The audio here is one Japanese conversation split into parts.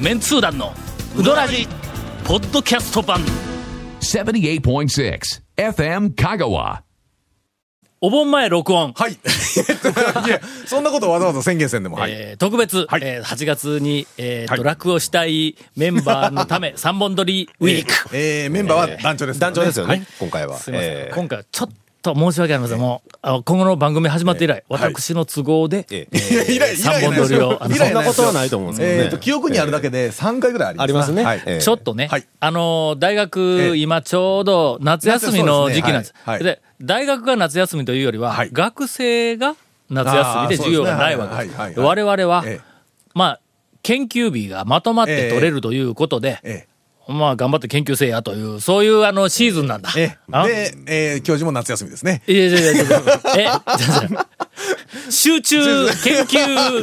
メンツー団のウドラジポッドキャスト版78.6 FM Kagawa. お盆前録音、はい。 いや、そんなことわざわざ宣言せんでも、はい。えー特別、はいえー8月に、えーはいと落語したいメンバーの ため3本撮りウィーク、えー、メンバーは団長です、団長ですよね、はい 今回は。すいません、えー今回はちょっと申し訳ありません、もうあの今後の番組始まって以来、はい私の都合で、えいや以来以来三本撮りをあの以来そんなことはないいと思うんですけどねえーと、記憶にあるだけで3回ぐらいあります。ありますねはいえーちょっとね、はいあのー大学、え今ちょうど夏休みの時期なんです。夏そうですねはいはいで、大学が夏休みというよりは、はい学生が夏休みで授業がないわけです。あーそうですねはいはい我々は、ええまあ、研究日がまとまって取れるということで、えまあ、頑張って研究生やという、そういうあの、シーズンなんだ。ーえーあで、えー教授も夏休みですね。いやいやいやい や、え、じゃあじゃあ集中研究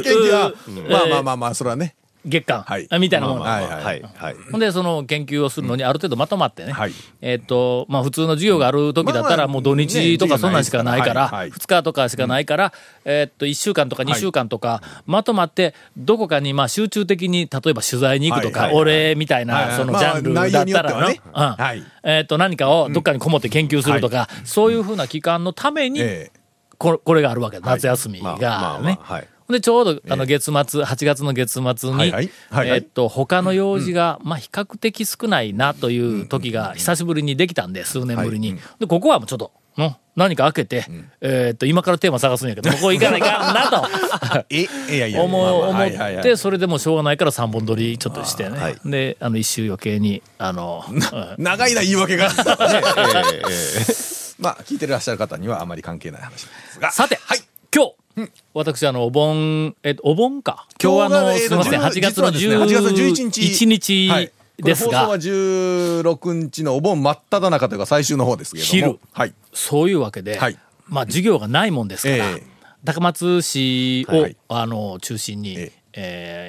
研究は、うんまあまあまあまあ、それはね。月間、はいみたいなもの、まあまあはいはいはい。ほんで、その研究をするのにある程度まとまってね、はいえっ、と、まあ普通の授業がある時だったまら、あもう土日とかねそんなんしかないかはいはら、い2日とかしかないから、えっと、1週間とか2週間とか、まとまって、どこかにまあ集中的に、例えば取材に行くとはいか、はい俺みたいはいはな、いそのまあジャンルだったらの、内容うによってはねはんいえっと、何かをどっかにこもって研究するとか、そういうふうな期間のために、えここれがあるわけだ、夏休みまあまがあまねあはい。で、ちょうど、あの、月末、8月の月末に、はいはいはいはい。えっと、他の用事が、まあ、比較的少ないなという時が、久しぶりにできたんで、数年ぶりに。で、ここはもうちょっと、の何か開けて、えっと、今からテーマ探すんやけど、ここ行かないかんなとえ、いやいや、思まあうまあ思はいはいっはいて、それでもうしょうがないから3本撮りちょっとしてね。はいで、あの、一周余計に、あ の、うん長いな、言い訳が。えーえー まあ、聞いてらっしゃる方にはあまり関係ない話なんですが。さて、はい。今日、私、あの、お盆、えっと、お盆か。今日は、あ今日の、がえーすみません、 10 8月の実はですね8月11日11日日ですこが、れ放送は16日のお盆真っ只中というか最終の方ですけれども昼はいそういうわけで、はいまあ、授業がないもんですから、ええ高松市を、はいあの、中心に、ええ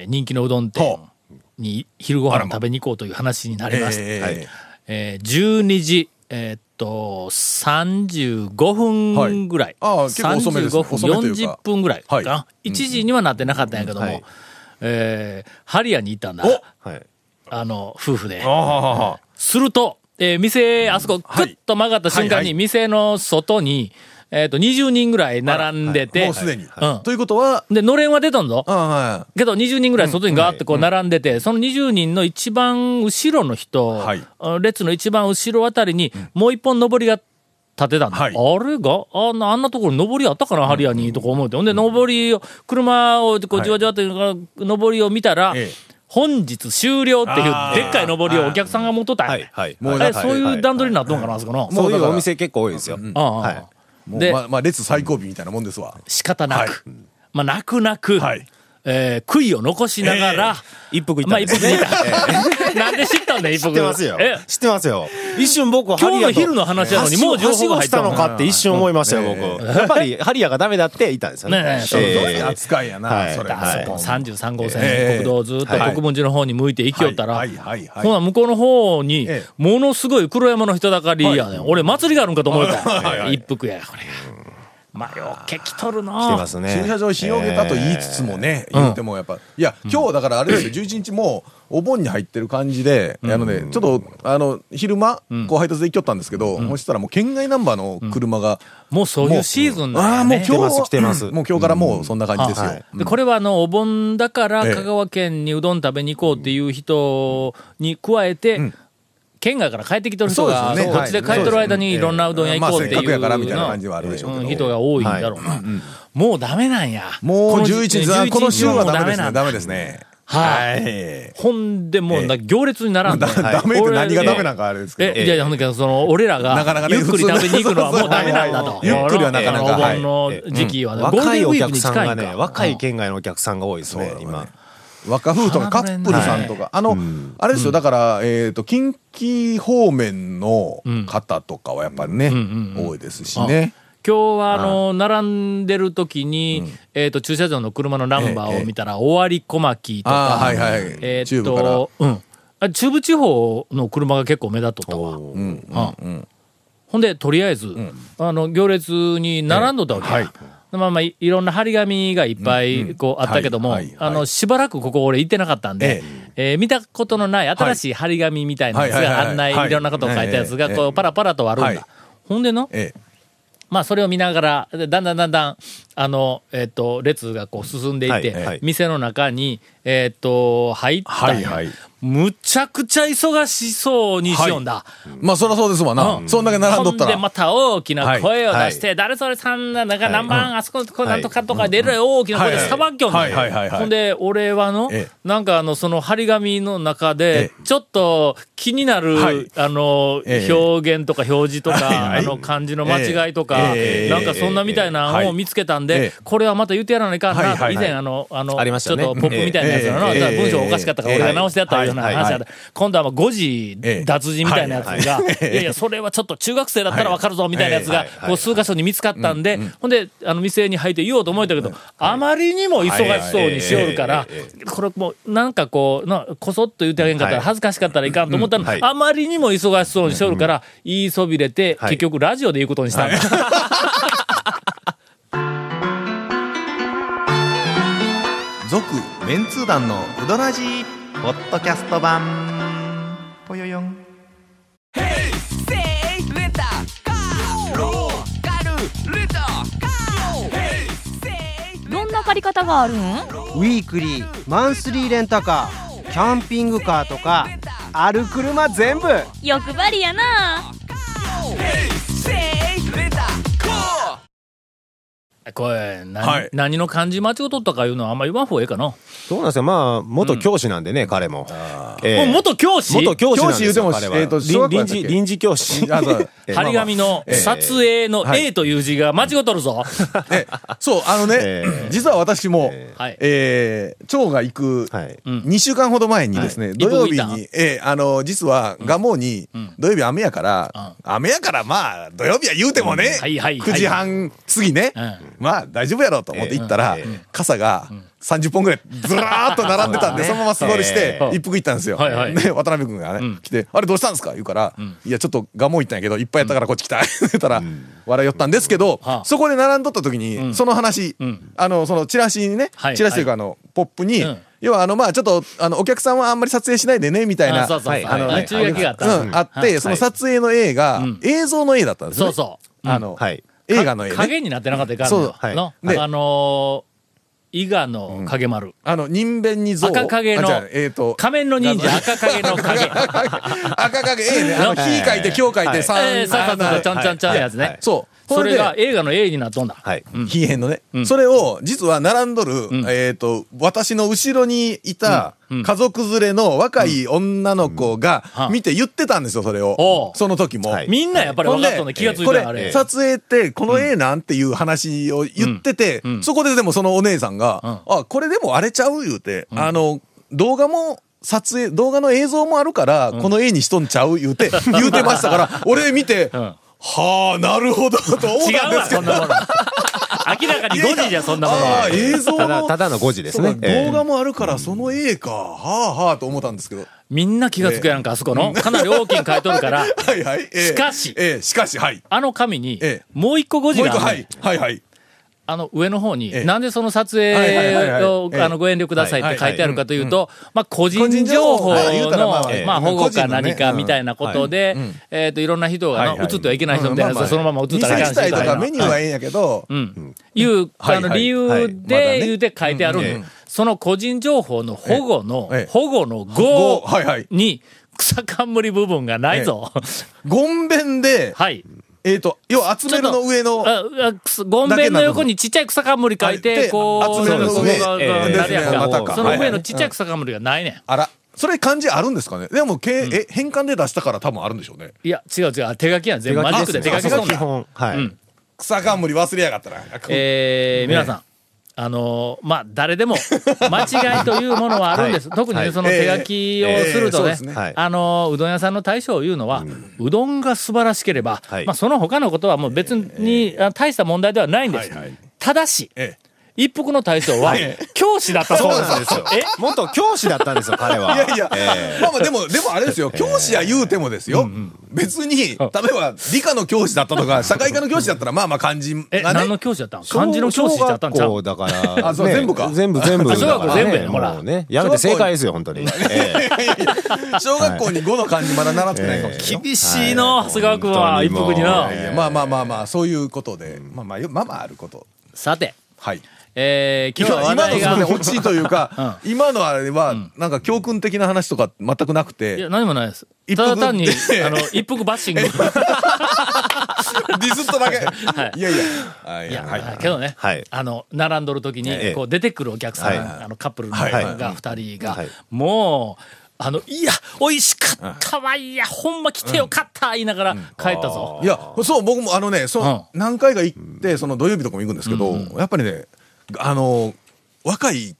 えー人気のうどん店ほに昼ご飯あをらま食べに行こうという話になりまして、ええはいえー12時、えーっと、35分ぐらい。はいああ結構遅めですね35遅めと分、いう40か分ぐらいかな。は1時にはなってなかったんやけども、うんはいえーハリアに行ったんだ。はい。あの、夫婦で。ああすると、えー店、あそこ、ぐはいっと曲がった瞬間はいはに、い店の外に、えーっと、20人ぐらい並んでて、もうすでにうんということはで、のれんは出たんぞ。ああはいけど20人ぐらい外にガーってこう並んでて、その20人の一番後ろの人、はいあ列の一番後ろあたりに、もう一本上りが立てたんだ。はいあれがあんなあんなところに上りあったかな、ハリアに、とか思うて。ほんで、上りを、車をこうじわじわって、上りを見たら、ええ本日終了っていう、あーでっかい上りをお客さんが持っとったんやはい。はい。もうえそういう段取取りになっとんかな、あそこの。そういうお店結構多いですよ。ああはい。もうでまあまあ列最後尾みたいなもんですわ仕方なく。はまあ、泣く泣く、はいえー悔いを残しながら、一服いまたあ、んで一服すね。見た。 なんで知ったんだよ、一服。知ってますよえ。知ってますよ。一瞬僕はハ今リ日アの昼との話なのに、もう情報がは入しったたののか。かって一瞬思いましたよ、僕。やっぱりハリアがダメだっていたんですよね。ねええそうひどえい扱いやはなそれあそこ、も33号線、ええ国道をずっとはい国分寺の方に向いて行きよったら、はいはいはいほな、向こうの方にええ、ものすごい黒山の人だかりやねん。俺、祭りがあるんかと思ったはいよ。はい一服や、これが。まあ、よけ来とる来てなますね。駐車場広げたと言いつつもね、言ってもやっぱ、いや、今日だからあれですよ、11日もうお盆に入ってる感じで、あのね、ちょっと、あの、昼間、こう配達で行きよったんですけど、そしたらもう県外ナンバーの車が、もうそういうシーズンあなあ、んもだうよ今ね日。は来てます来てますもう今日からもうそんな感じですようん。でこれはあのお盆だからええ香川県にうどん食べに行こうっていう人に加えて、県外から帰ってきてる人が、そうですよねこっちで帰ってる間にいろんなうどん屋行こうってまあいせっかくうやからなみたいな感じはあるでしょうけどうん人が多いんだろうな、もうダメなんやもうこの11日は、 11この週はダメでもうすね。ダダメメですね。はい、えほんでもうな行列に並んだ、え ダメって何がダメなんかあれですけど。え、いやいや、ほんだけど、その、俺らなかながか、ねゆっくり食べに行くのはもうダメなんだと。 そうそうそうはいはいゆっくりはなかなかお盆の時期はね、ゴール若デいンウおィーク客にさん近いがんね、か。若い県外のお客さんが多いですそうねだ、ね今。若夫婦とかカップルさんとか、あの、あれですよ、だから、えっと、近畿方面の方とかはやっぱりね、多いですしね。今日はあの並んでる時に、えっと駐車場の車のナンバーを見たら、終わり小牧とかあーはいはいはいえっ中部からとうんあ中部地方の車が結構目立っとったわ、うんほんでとりあえず、あの行列に並んどったわけや、まあまあいいろんな張り紙がいっぱいこうあったけども、はいはいはいあのしばらくここ俺行ってなかったんで、ええー見たことのない新しい張り紙みたいなやつはいはいはがいはい案内、はいいろんなことを書いたやつが、ええこう、パラパラとあるんだ。はいほんでな、ええまあ、それを見ながら、でだんだんだんだん、あの、えっ、と、列がこう進んでいって、はいはい店の中に、えっ、と、入ったんや、はいはいむちゃくちゃ忙しそうにしよんだ。まあそりゃそうですわな、うんそんだけ並んどほっんたでらまた大きな声を出して、は誰それさんなんか何番、あそこ、こうはいなんとかとか出るよ、大きな声ではいさばきょんねはいはいはいはいほんで、俺はのええ、なんかあの、その張り紙の中でえ、ちょっと気になるはい、あの、ええ表現とか表示とか、はいあの、漢字の間違いとかえ、えなんかそんなみたいなええのはをい見つけたんえでえ、これはまた言ってやらないかんはいなはいと、はい以前あの、あの、ありましちょたっねとポップみたいなやつがの、ええええ文章おかしかったから俺が直してやったようなええ話だった。今度はもう5時ええ脱字みたいなやつが、いやいや、それはちょっと中学生だったらわかるぞみたいなやつはがいはい、こう数箇所に見つかったんで、ほんで、あの、店に入って言おうと思えたけど、あまりにも忙しそうにしよるから、これもう、なんかこう、なこそっと言ってあげんかったはら、い恥ずかしかったらいかんと思ったのうんはいあまりにも忙しそうにしよるから、言いそびれて、はい結局ラジオで言うことにしたんだ。続メンツー団のウドラジーポッドキャスト版ぽよよんどんな借り方があるんウィークリーマンスリーレンタカーキャンピングカーとかある車全部欲張りやな これ、なはい何の漢字間違うとったかいうのはあんまり言わん方がええかな。そうなんですよ。まあ、元教師なんでね、彼も。えもえう元教師元教師なんですよ。教師言うても彼はえっと臨小学校や臨ったっ時、け臨時教師。あ そうええ張り紙のええ撮影のは A という字が間違うとるぞ。えそうあのね、え実は私も、えーはいー長が行くはい2週間ほど前にですね、い土曜日一歩に、えーあの実は蒲生に、土曜日雨やから、雨やからまあ土曜日は言うてもね、はいはいはい9時半過ぎね、うんまあ大丈夫やろうと思って行ったら、え傘が30本ぐらいずらーっと並んで たんで、そのまま素通りしてえー一服行ったんですよ。はいはいで渡辺君がね、来て「あれどうしたんですか?」言うから「いやちょっと蒲生行ったんやけどいっぱいやったからこっち来た」言ったら笑いよったんですけど、はあそこで並んどった時に、その話、あのそのチラシにね、はいチラシというかあの、ポップに、うん要はあのまあちょっとあのお客さんはあんまり撮影しないでねみたいなあそうそうそうはいあのはいね注意書きがあったうんあって、その撮影の A が、映像の A だったんですねそうそう。あの、はい。映画の A ね影になってなかったらいかんそうの。はいのねあのー、伊賀の影丸。あの人弁に像赤影のあ違うえーと仮面の忍者、赤影の影。赤影 A ねあの「の火書いて「今日書いはて「い三えー、さっさあとのちゃんちゃんちゃんやつはいはねい。そうそれでが映画の A になっとんだ。はい。非縁のね、それを実は並んどる、えっ、と私の後ろにいた家族連れの若い女の子がうん見て言ってたんですよそれをお、うその時も、はいみんなやっぱり分かっとんだ。気がついたこらあれれ。撮影ってこの絵なんていう話を言ってて、そこででもそのお姉さんが「あこれでも荒れちゃう」言うて、あの動画も撮影動画の映像もあるから、この絵にしとんちゃう言 うて言うてましたから俺見て、はあなるほどと思っ違たんうでわ、すけそどんなもの。明らかに5時じゃ、そんなものあはあ。映像ただ、のただの5時ですそうね。かええ動画もあるからその絵か、はあはあと思ったんですけどみんな気がつくやんか、あそこの。かなり大きい書いとるから。はいはい、ええしかしええしかしはいあの紙にええ、もう一個5時もう一が個あはるのいはいはいあの上の方に、ええなんでその撮はいはいはいは影いをええあのご遠慮くださいって書いてあるかというと、まあ個個人人情情報報のあ言うたらまあええうんまあ保護個人かのね何かうんみたいなことで、えっといろんな人がはいなはい映ってはいけない人みたいなやつうんまあまがあそのまま映ったらい見かせんしたいとかしメニューはええんやけど、いうはいあのは理いはい由まだねで言うて書いてあるんうでんその個人情報の保護のええ保護のご5はいはいに草冠部分がないぞ。ゴンベンで、はい。えっ、と、要は集めるの上の、ああくすゴンベンの横にちっちゃい草冠書いはいて、でこう、集めるの上ここがええなるやんですねかまたかそのはいは上いのちっちゃい草冠がないねん。あら、それ漢字あるんですかねでも、けえ、変換で出したから多分あるんでしょうね。いや、違う違う。手書きやん。全部マジックで手書きですそねう基な。本。はい。ん草冠忘れやがったな。えー、皆さん。あのーまあ、誰で も、間違いというものはあるんです。特にはね、いその手書きをするとえーえーそうですねねはい、あのーうどん屋さんの大将を言うのは、うどんが素晴らしければは、いまあ、その他のことはもう別にあ大した問題ではないんですはいはい。ただし、え一服の大将は、教師だったそうなんですよ。え元教師だったんですよ、彼は。いやいや、えまあまあでも、でもあれですよ、教師や言うてもですよ、別に、例えば理科の教師だった とか、社会科の教師だったら、まあまあ肝心がね。え、何の教師だったんえ漢字の教師だったんちゃ小う学校だか ら。あそうね全部か全部全部。あ小学校だからね全部やねほらもうね。やめて正解ですよ、本当に。え 小学校に5の漢字まだ習ってないかもしれないよ。厳しいの、長谷川君は、本一当にもう服にな。いやまあまあまあまあ、そういうことで、まあまあ、よまあまああること。さて、はい。えー、今今日は今話の題そのがね、。落ちとい うか、今のあれは、なんか教訓的な話とか全くなくいや、て、何もないです。た一だ服単に、であの、一服バッシング。いディスっただけ。いやいやあ。や、いや、はい。けどね、はいあの、並んどる時えに、えこう、出てくるお客さん、はいあの、カップルのはいが、二人が、はいもう、あの、いや、美味しかったわ、いや、ほんま来てよかった、言いながら帰ったぞ。いや、そう、僕もあのね、そうう、何回か行って、その土曜日とかも行くんですけど、やっぱりね、あの、若い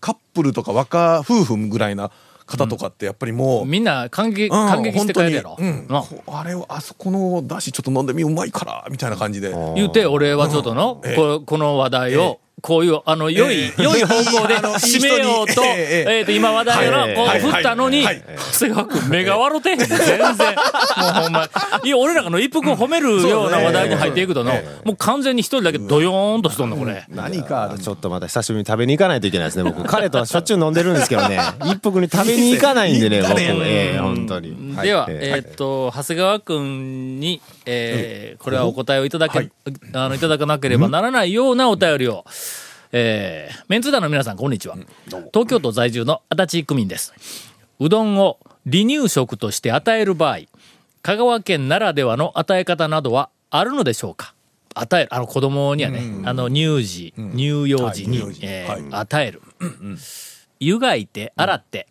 カップルとか若夫婦ぐらいな方とかって、やっぱりもう、みんな感激、うん感激して帰るやろ。本当にうんなこあれをあそこのだしちょっと飲んでみうまいからみたいな感じで言うて、俺はちょっとの、ええここの話題を、こういう、あの、良い、ええ良い方向でいいあのいい人締にめようと、えええええっと、今話題をこはうい振ったのに、はい長谷川君目が笑てへんねん全然。もうほんま。いや、俺らがの一服を褒めるような話題に入っていくとの、もう完全に一人だけドヨーンとしとんの、これ。何えちょっとまた久しぶりに食べに行かないといけないですね、僕。彼とはしょっちゅう飲んでるんですけ どね。一服に食べに行かないんでね、僕。ええ、本当に。では、えええーっと、長谷川君に、えーこれはお答えをいただけ、あの、いただかなければならないようなお便りを、えーメンツー団の皆さん、こんにちは。東京都在住の足立区民です。うどんを離乳食として与える場合、香川県ならではの与え方などはあるのでしょうか与える、あの子供にはね、あの乳児、乳幼児に、はい乳幼児えーはい与える。湯がいて、洗って、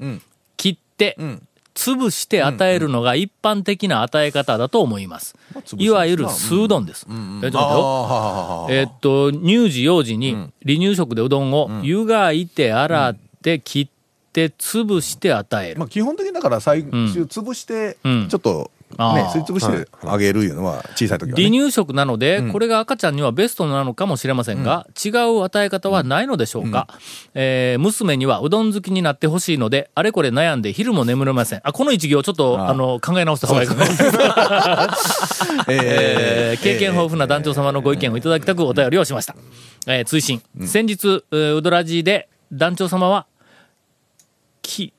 切って、ん潰して与えるのが一般的な与え方だと思います。潰すいわゆる素うどんです。えちょっと待ってよあーえっと、乳児幼児に離乳食でうどんを湯がいて洗って切って潰して与える。まあ、基本的にだから最終潰してうんちょっとあねーすり潰してあげるいうのは小さい時は離ね乳食なので、これが赤ちゃんにはベストなのかもしれませんが、違う与え方はないのでしょうか、えー娘にはうどん好きになってほしいので、あれこれ悩んで昼も眠れません。あ、この一行ちょっと、あの、考え直した方がいいかな。ええー経験豊富な団長様のご意見をいただきたくお便りをしました。えー追伸。先日、えーウドラジで団長様は、き、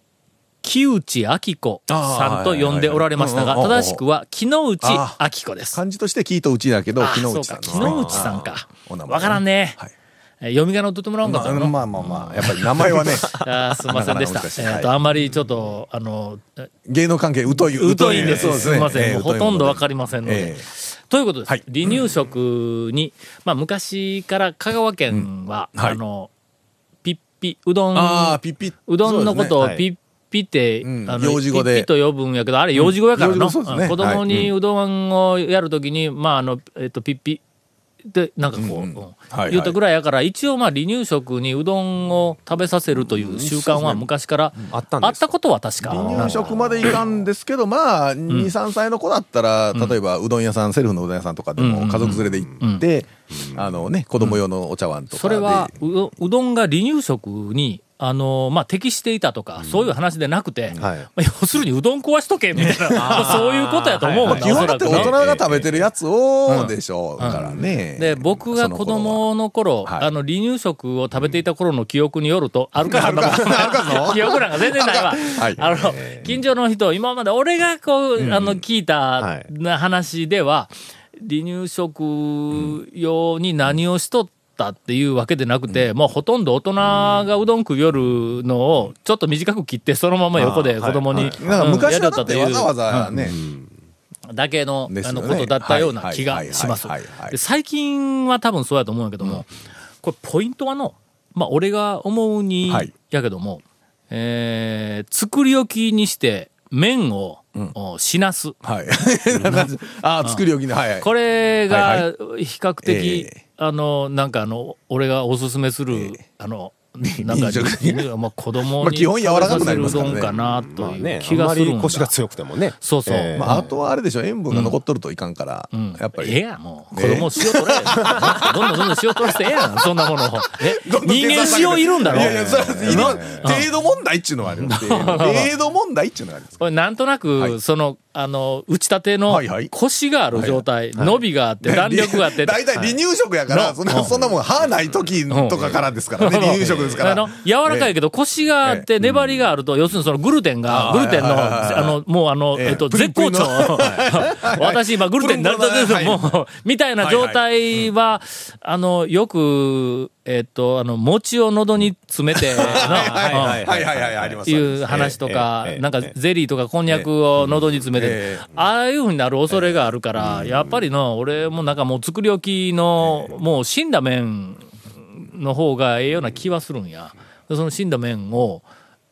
木内明子さんと呼んでおられましたが、あーはいはいはい正しくは木之内明子です。漢字として聞いたうちだけどあ木ー之そう内かさん、木之内さんかお名。前わからんね。はいえー読み仮名をとってもらおうかまとあ思うのまあまあまあやっぱり名 前はねあーすいませんでした。なかなか難しいえっと、はいあんまりちょっと、あの、芸能関係疎い疎いんです。そうすみません。えもーうほとんどわかりりませんので。ええということです。はい離乳食に、まあ昔から香川県は、うんはいあの、ピッピ、うどん、ああピッピうどんのことそうをですねはピいッピって、うんあの幼児語でピッピと呼ぶんやけど、あれ幼児語やからうんの、幼児語そうですね子供はいにうどんをやるときに、まああの、えっと、ピッピで、なんかこう、うんうんうんはい言うたぐらいやから、一応まあ離乳食にうどんを食べさせるという習慣は昔からあったんあっですかたことは確か。離乳食までいかんですけど、まあ、2、3歳の子だったら、例えば、うどん屋さん、セルフのうどん屋さんとかでうんも、家族連れで行って、あのね、子供用のお茶碗とかそで。れはうどうどんが離乳食にあの、まあ、適していたとか、そういう話でなくて、はいまあ要するにうどん壊しとけみたいな そういうことやと思うんだ、基おそ本だらってく大人ね。が食べてるやつを、でしょうからね。で僕が子供の頃はいあの離乳食を食べていた頃の記憶による と、あるかそんなことない 記憶なんか全然ないわ、はいあの近所の人今まで俺がこう、あの聞いはたいな話では、離乳食用に何をしとったっていうわけでなくて、もうほとんど大人がうどん食う夜のをちょっと短く切ってそのまま横で子供に、なんか昔はうんだやっりてよわったざというわざね、だけの,、ですあよのねことだったようなはい気がしますはいはいはいはい。で最近は多分そうやと思うんやけども、これポイントはの、まあ俺が思うにはいやけども、えー作り置きにして麺を、おしなす。はい。ああ、作り置きの、はいはい。これがはい比較的、えあの、なんかあの、俺がおすすめする、ええ あの、なんかいい食事いや まあ子供まあに基本柔らかくなりますから食べさせるうねどんかなまあといねう、あ気んがまするんだり腰が強くてもね。そうそうええまあ、あとはあれでしょ塩分が残っとるといかんから、やっぱりええやんもうね子供を塩取られ どんどんどんどん塩取らせてええやんそんなものえどんどん人計間算されて塩いるんだろいやいや、それはいる程度問題っちゅうのはあるよ。程度問題っちゅうのはあるんです。これなんとなく、はいそのあの打ち立てのはいはい腰がある状態、伸びがあって、弾力があって大体離乳食やから、のそんな、そんなもん、歯ない時とかからですからね、離乳食ですから。あの柔らかいけど、腰があって、粘りがあると、要するにそのグルテンが、あーグルテンの、はいはいはいはいあの、もうあの、えええっと、プリ絶ンプリ好ンの調。 私、今、グルテンになりたてですプリンプリンものう、 みたいな状態は、あの、よく、えっと、あの、餅を喉に詰めて、 はいなはいはいはいはい、あります。いう話とかえええ、えなんかゼリーとかこんにゃくを喉に詰めてええ、ああいうふうになる恐れがあるから、やっぱりの、俺もなんかもう作り置きの、もう死んだ麺の方がええような気はするんや。その死んだ麺を、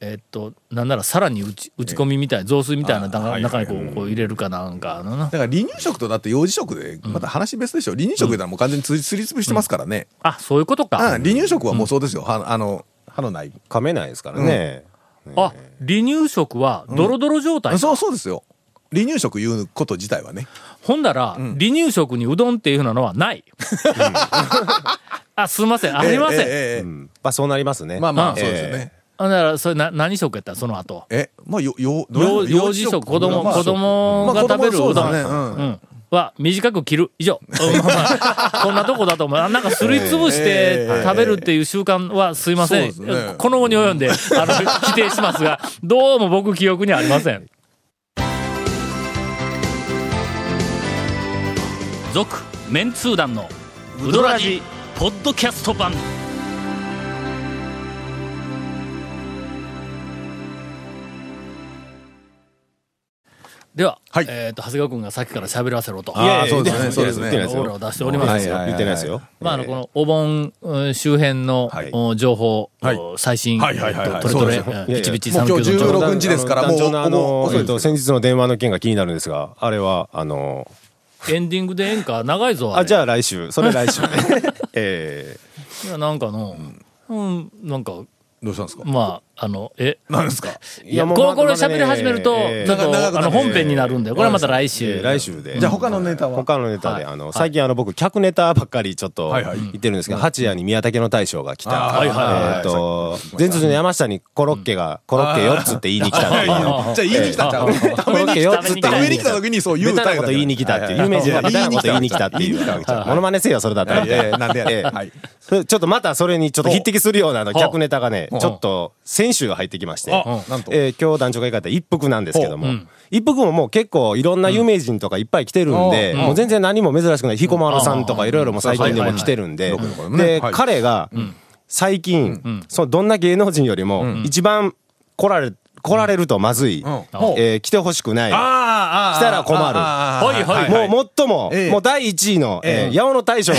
えっと、なんならさらに打ち打ち込みみたい、雑炊みたいな中中にこうこう入れるかなんかのな。だから離乳食とだって幼児食で、また話別でしょ。離乳食ではもう完全につりすりつぶしてますからね。あ、そういうことうんか。離乳食はもうそうですよ。歯あの、歯の内部。噛めないですからね。あ、離乳食はドロドロ状態。そうそうですよ。離乳食いうこと自体はね。ほんだら、離乳食にうどんっていうふうなのはない。 あ、すいません、ありません。えええええうんまあそうなりますね。えまあまうあ、んそうですよね。あだからそれな何食やったその後え、まあ、よ、よ、幼幼児食子供子供が食べるうどん、ね。うんは短く切る 以上こんなとこだと思うあなんかすりつぶして食べるっていう習慣はすいません、そうですねこの後に及ん であの否定しますがどうも僕記憶にありません続メンツー団のウドラジポッドキャスト版では、はいえっ、と長谷川君がさっきから喋らせろといやいやあーそうですね言っそうでてないすね言ってないですよオーラを出しておりますはいはいはい言ってないですよ。まあ、あの、ええこのお盆うん周辺のはいお情報、はいお最新、はいはいはいはいえっとトレそうですトいレ、やいやビチビチもう三今教日の16日ですからあものう団長のあもうの遅いですえっと先日の電話の件が気になるんですが、あれはあのエンディングで演歌長いぞ。あじゃゃあ来週それ来週ね。えいや、なんかの、うん、なんか、どうしたんですかまあ、あの、え、何ですかえいや、もこうこまこれまだね喋り始めると、ええちょっ長くと、なあるの、本編になるんで、これはまた来え週。え来週 で。じゃあ他のネタは他のネタで、はいあの、最近あの、僕、客ネタばっかりちょっとはいはい言ってるんですけど、八谷に宮武の大将が来た。あーはいはいはいえっと、前日の山下にコロッケが、コロッケ4つって言いに来たっていじ う。ゃあ言いに来たんちゃう コロッケ4つって食べに来た時にそう言うベタなこと言いに来たっていう、有名人がベタなこと言いに来たっていう、モノマネせよ、それだったら。いやいやなんでやねんええはいそれちょっとまたそれにちょっと匹敵するようなあのほう客ネタがねほう、ちょっと先週が入ってきまして、うんなんとえー今日団長が言い方一服なんですけども、ほううん一服ももう結構いろんな有名人とかいっぱい来てるんで、うんもう全然何も珍しくない、彦摩呂さんとうかんいろいろもう最近でも来てるんではいはいはい、うんでは、い彼が最近、そのどんな芸能人よりも一番来られ、来られるとまずい、うんえー来てほしくない、あ来たら困る。はいはいはい。もう最も、ええもう第1位の、ええー、八尾の大将が、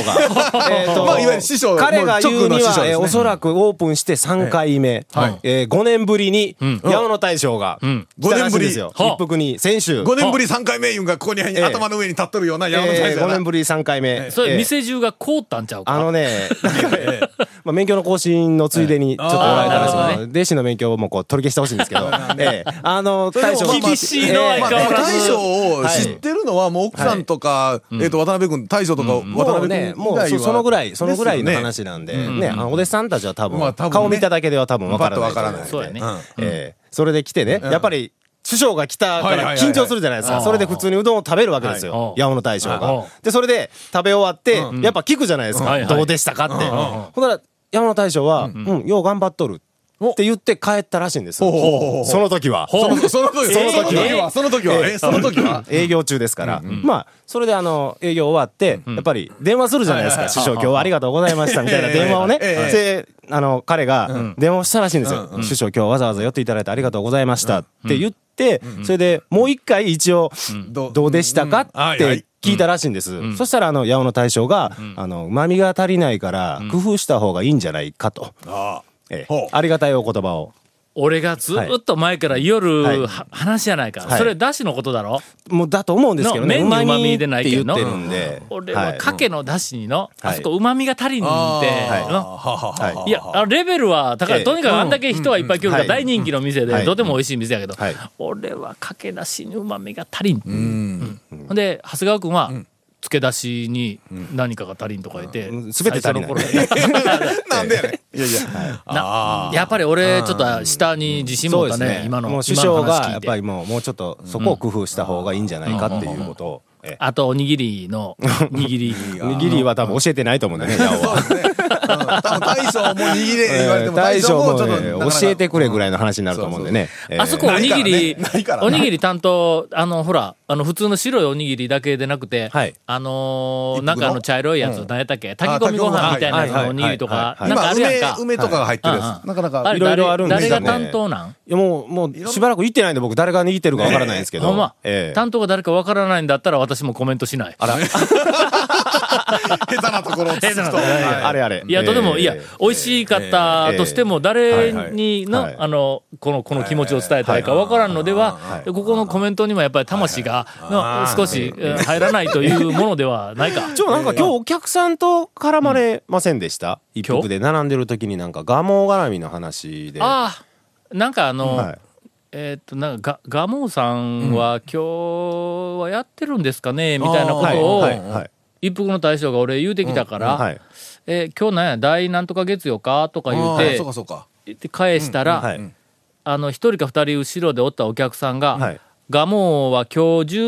えーとまあいわゆる師匠彼が言うもう直のに師は、匠ですねえーおそらくオープンして3回目、えはい5年ぶりに、八尾の大将が、ん来たらしいんですよ。五年ぶり一服に、先週、 5年ぶり3回目言うんがここにえ頭の上に立っとるような山の大え将5が年ぶり3回目。そえれ、ー店中が凍ったんちゃうか。あのね、なんかねまあ、免許の更新のついでに、ちょっとおられたらしいあーなるのほで、弟子の免許もこう取り消してほしいんですけど、ええあの、大将が厳しいのはまあ相変わらず大将を知ってるのはもう奥さんとかえっと渡辺君大将とか渡もう辺ね君、もうそそのぐらい、そのぐらいのです話なんで、ね、あのお弟子さんたちは多分、まあ多分ね顔見ただけでは多分わからなパッい。とわからないそうやね。よねええそれで来てね、やっぱり、師匠が来はたかいはいらはいはい緊張するじゃないですか。それで普通にうどんを食べるわけですはよ。い八尾の大将はがい。で、それで食べ終わって、やっぱ聞くじゃないですはいか。はいどうでしたかって。ほんなら、八尾の大将は、うん、よう頑張っとる。って言って帰ったらしいんです。ほそうほうほうほうの時は。そ のその時えーはその時はえその時は営業中ですから、まあ、それであの、営業終わって、やっぱり電話するじゃないですか、師匠今日はありがとうございましたみたいな電話をね、ええええで、あの、彼が電話をしたらしいんですよ。師匠今日はわざわざ寄っていただいてありがとうございましたって言って、それでもう一回一応、どどうでしたかうんはっいはいて聞いたらしいんです。そしたら、あの、八尾の大将が、あの、旨味が足りないから、工夫した方がいいんじゃないかと。ああええほうありがたいお言葉を。俺がずーっと前から夜、はいは話やないか、はいそれだしのことだろもうだと思うんですけどね。の麺に旨味でないけど旨味って言ってるんで。俺はかいけのだしにの、はあいそこうまみが足りんって、あーなはははははいや、あレベルは高えい。えとにかくあんだけ人はいっぱい来るかうらん大人気の店はで、いとても美味しい店やけどはい、俺はかけだしにうまみが足りん。うんほんで、長谷川君は、つけだしに何かが足りんとか言ってうん、全て足りない最初の頃なんでやねんいやいやなあーやっぱり俺、ちょっと下に自信持ったね、今の、もう首今の相話がや聞いっぱりて。もうもうちょっとそこを工夫した方がいいんじゃないかっていうことを。えあと、おにぎりの、握 り。え握りは多分教えてないと思うんだね、矢尾そうは。 ですね。うん多分大将も握れ言われても大将もちょっとね教えてくれぐらいの話になると思うんでね。ええあそこおにぎ り、ないからねないからねおにぎり担当、あの、ほら、あの、普通の白いおにぎりだけでなくて、はいあのー一服のなんかあの茶色いやつ、何やったっけ炊き込みご飯みたいなやつのおにぎりとか、なはんか今あるやん梅か。梅とかが入ってるうんやうつんなかなかあれいろいろあるんで誰すよね誰が担当なんいやもう、もうしばらく行ってないんで僕誰が握ってるかわからないんですけど。ほんま、ええ担当が誰かわからないんだったら私もコメントしない。 下手なところをつくと下手なはいあれあれ。いや、とても、いやええ、美味しかったとしても、誰にはいはいの、あの、この、この気持ちを伝えたいかわからんのでは、でここのコメントにもやっぱり魂が、の少しえー入らないというものでは ないか。ちょ、なんか今日お客さんと絡まれませんでした、一今服日で並んでる時になんか、蒲生絡みの話で。ああ、なんかあの、はいえーっと、なんかガ、ガモーさんは今日はやってるんですかね、みたいなことをはい、はい一服の大将が俺言うてきたから、はい。えー今日なんや、第なんとか月曜かとか言うあーてそう、かそうかって返したら、はい。あの、一人か二人後ろでおったお客さんが、はいガモは今日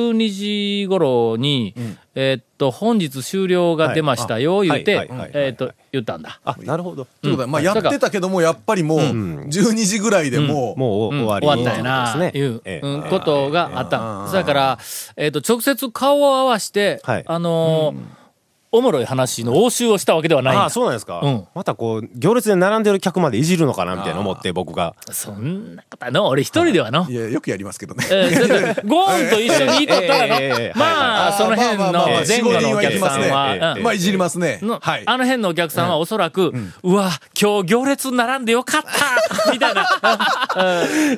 12時頃に、えーっと、本日終了が出ましたよ、はい言うて、はいはいはいえーっと、言ったんだ。あ、なるほど。ということでまあやってたけどもやっぱりもう12時ぐらいでもうもううん終終わわりったんやな、ですねいう、ええうんことがあったん。そやから、えーっと、直接顔を合わして、はいあのーおもろい話の応酬をしたわけではないんだああ、そうなんですか、うんまたこう、行列で並んでる客までいじるのかなみたいな思って、僕が。そんなことはの、俺一人ではの。いやよくやりますけどねえー、だからゴーンと一緒にいとったらの ええええええ、まあ、はいその辺の前後のお客さんまは、うん まあいじりますねのはいあの辺のお客さんはおそらく、うわ、今日行列並んでよかったみたい な、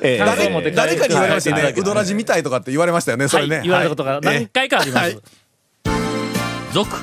ええ感誰想を持って帰る誰かに言われましたよはいねウドラジみたいとかって言われましたよねそはれい、ね言われたことがはい何回かありまはすい。続、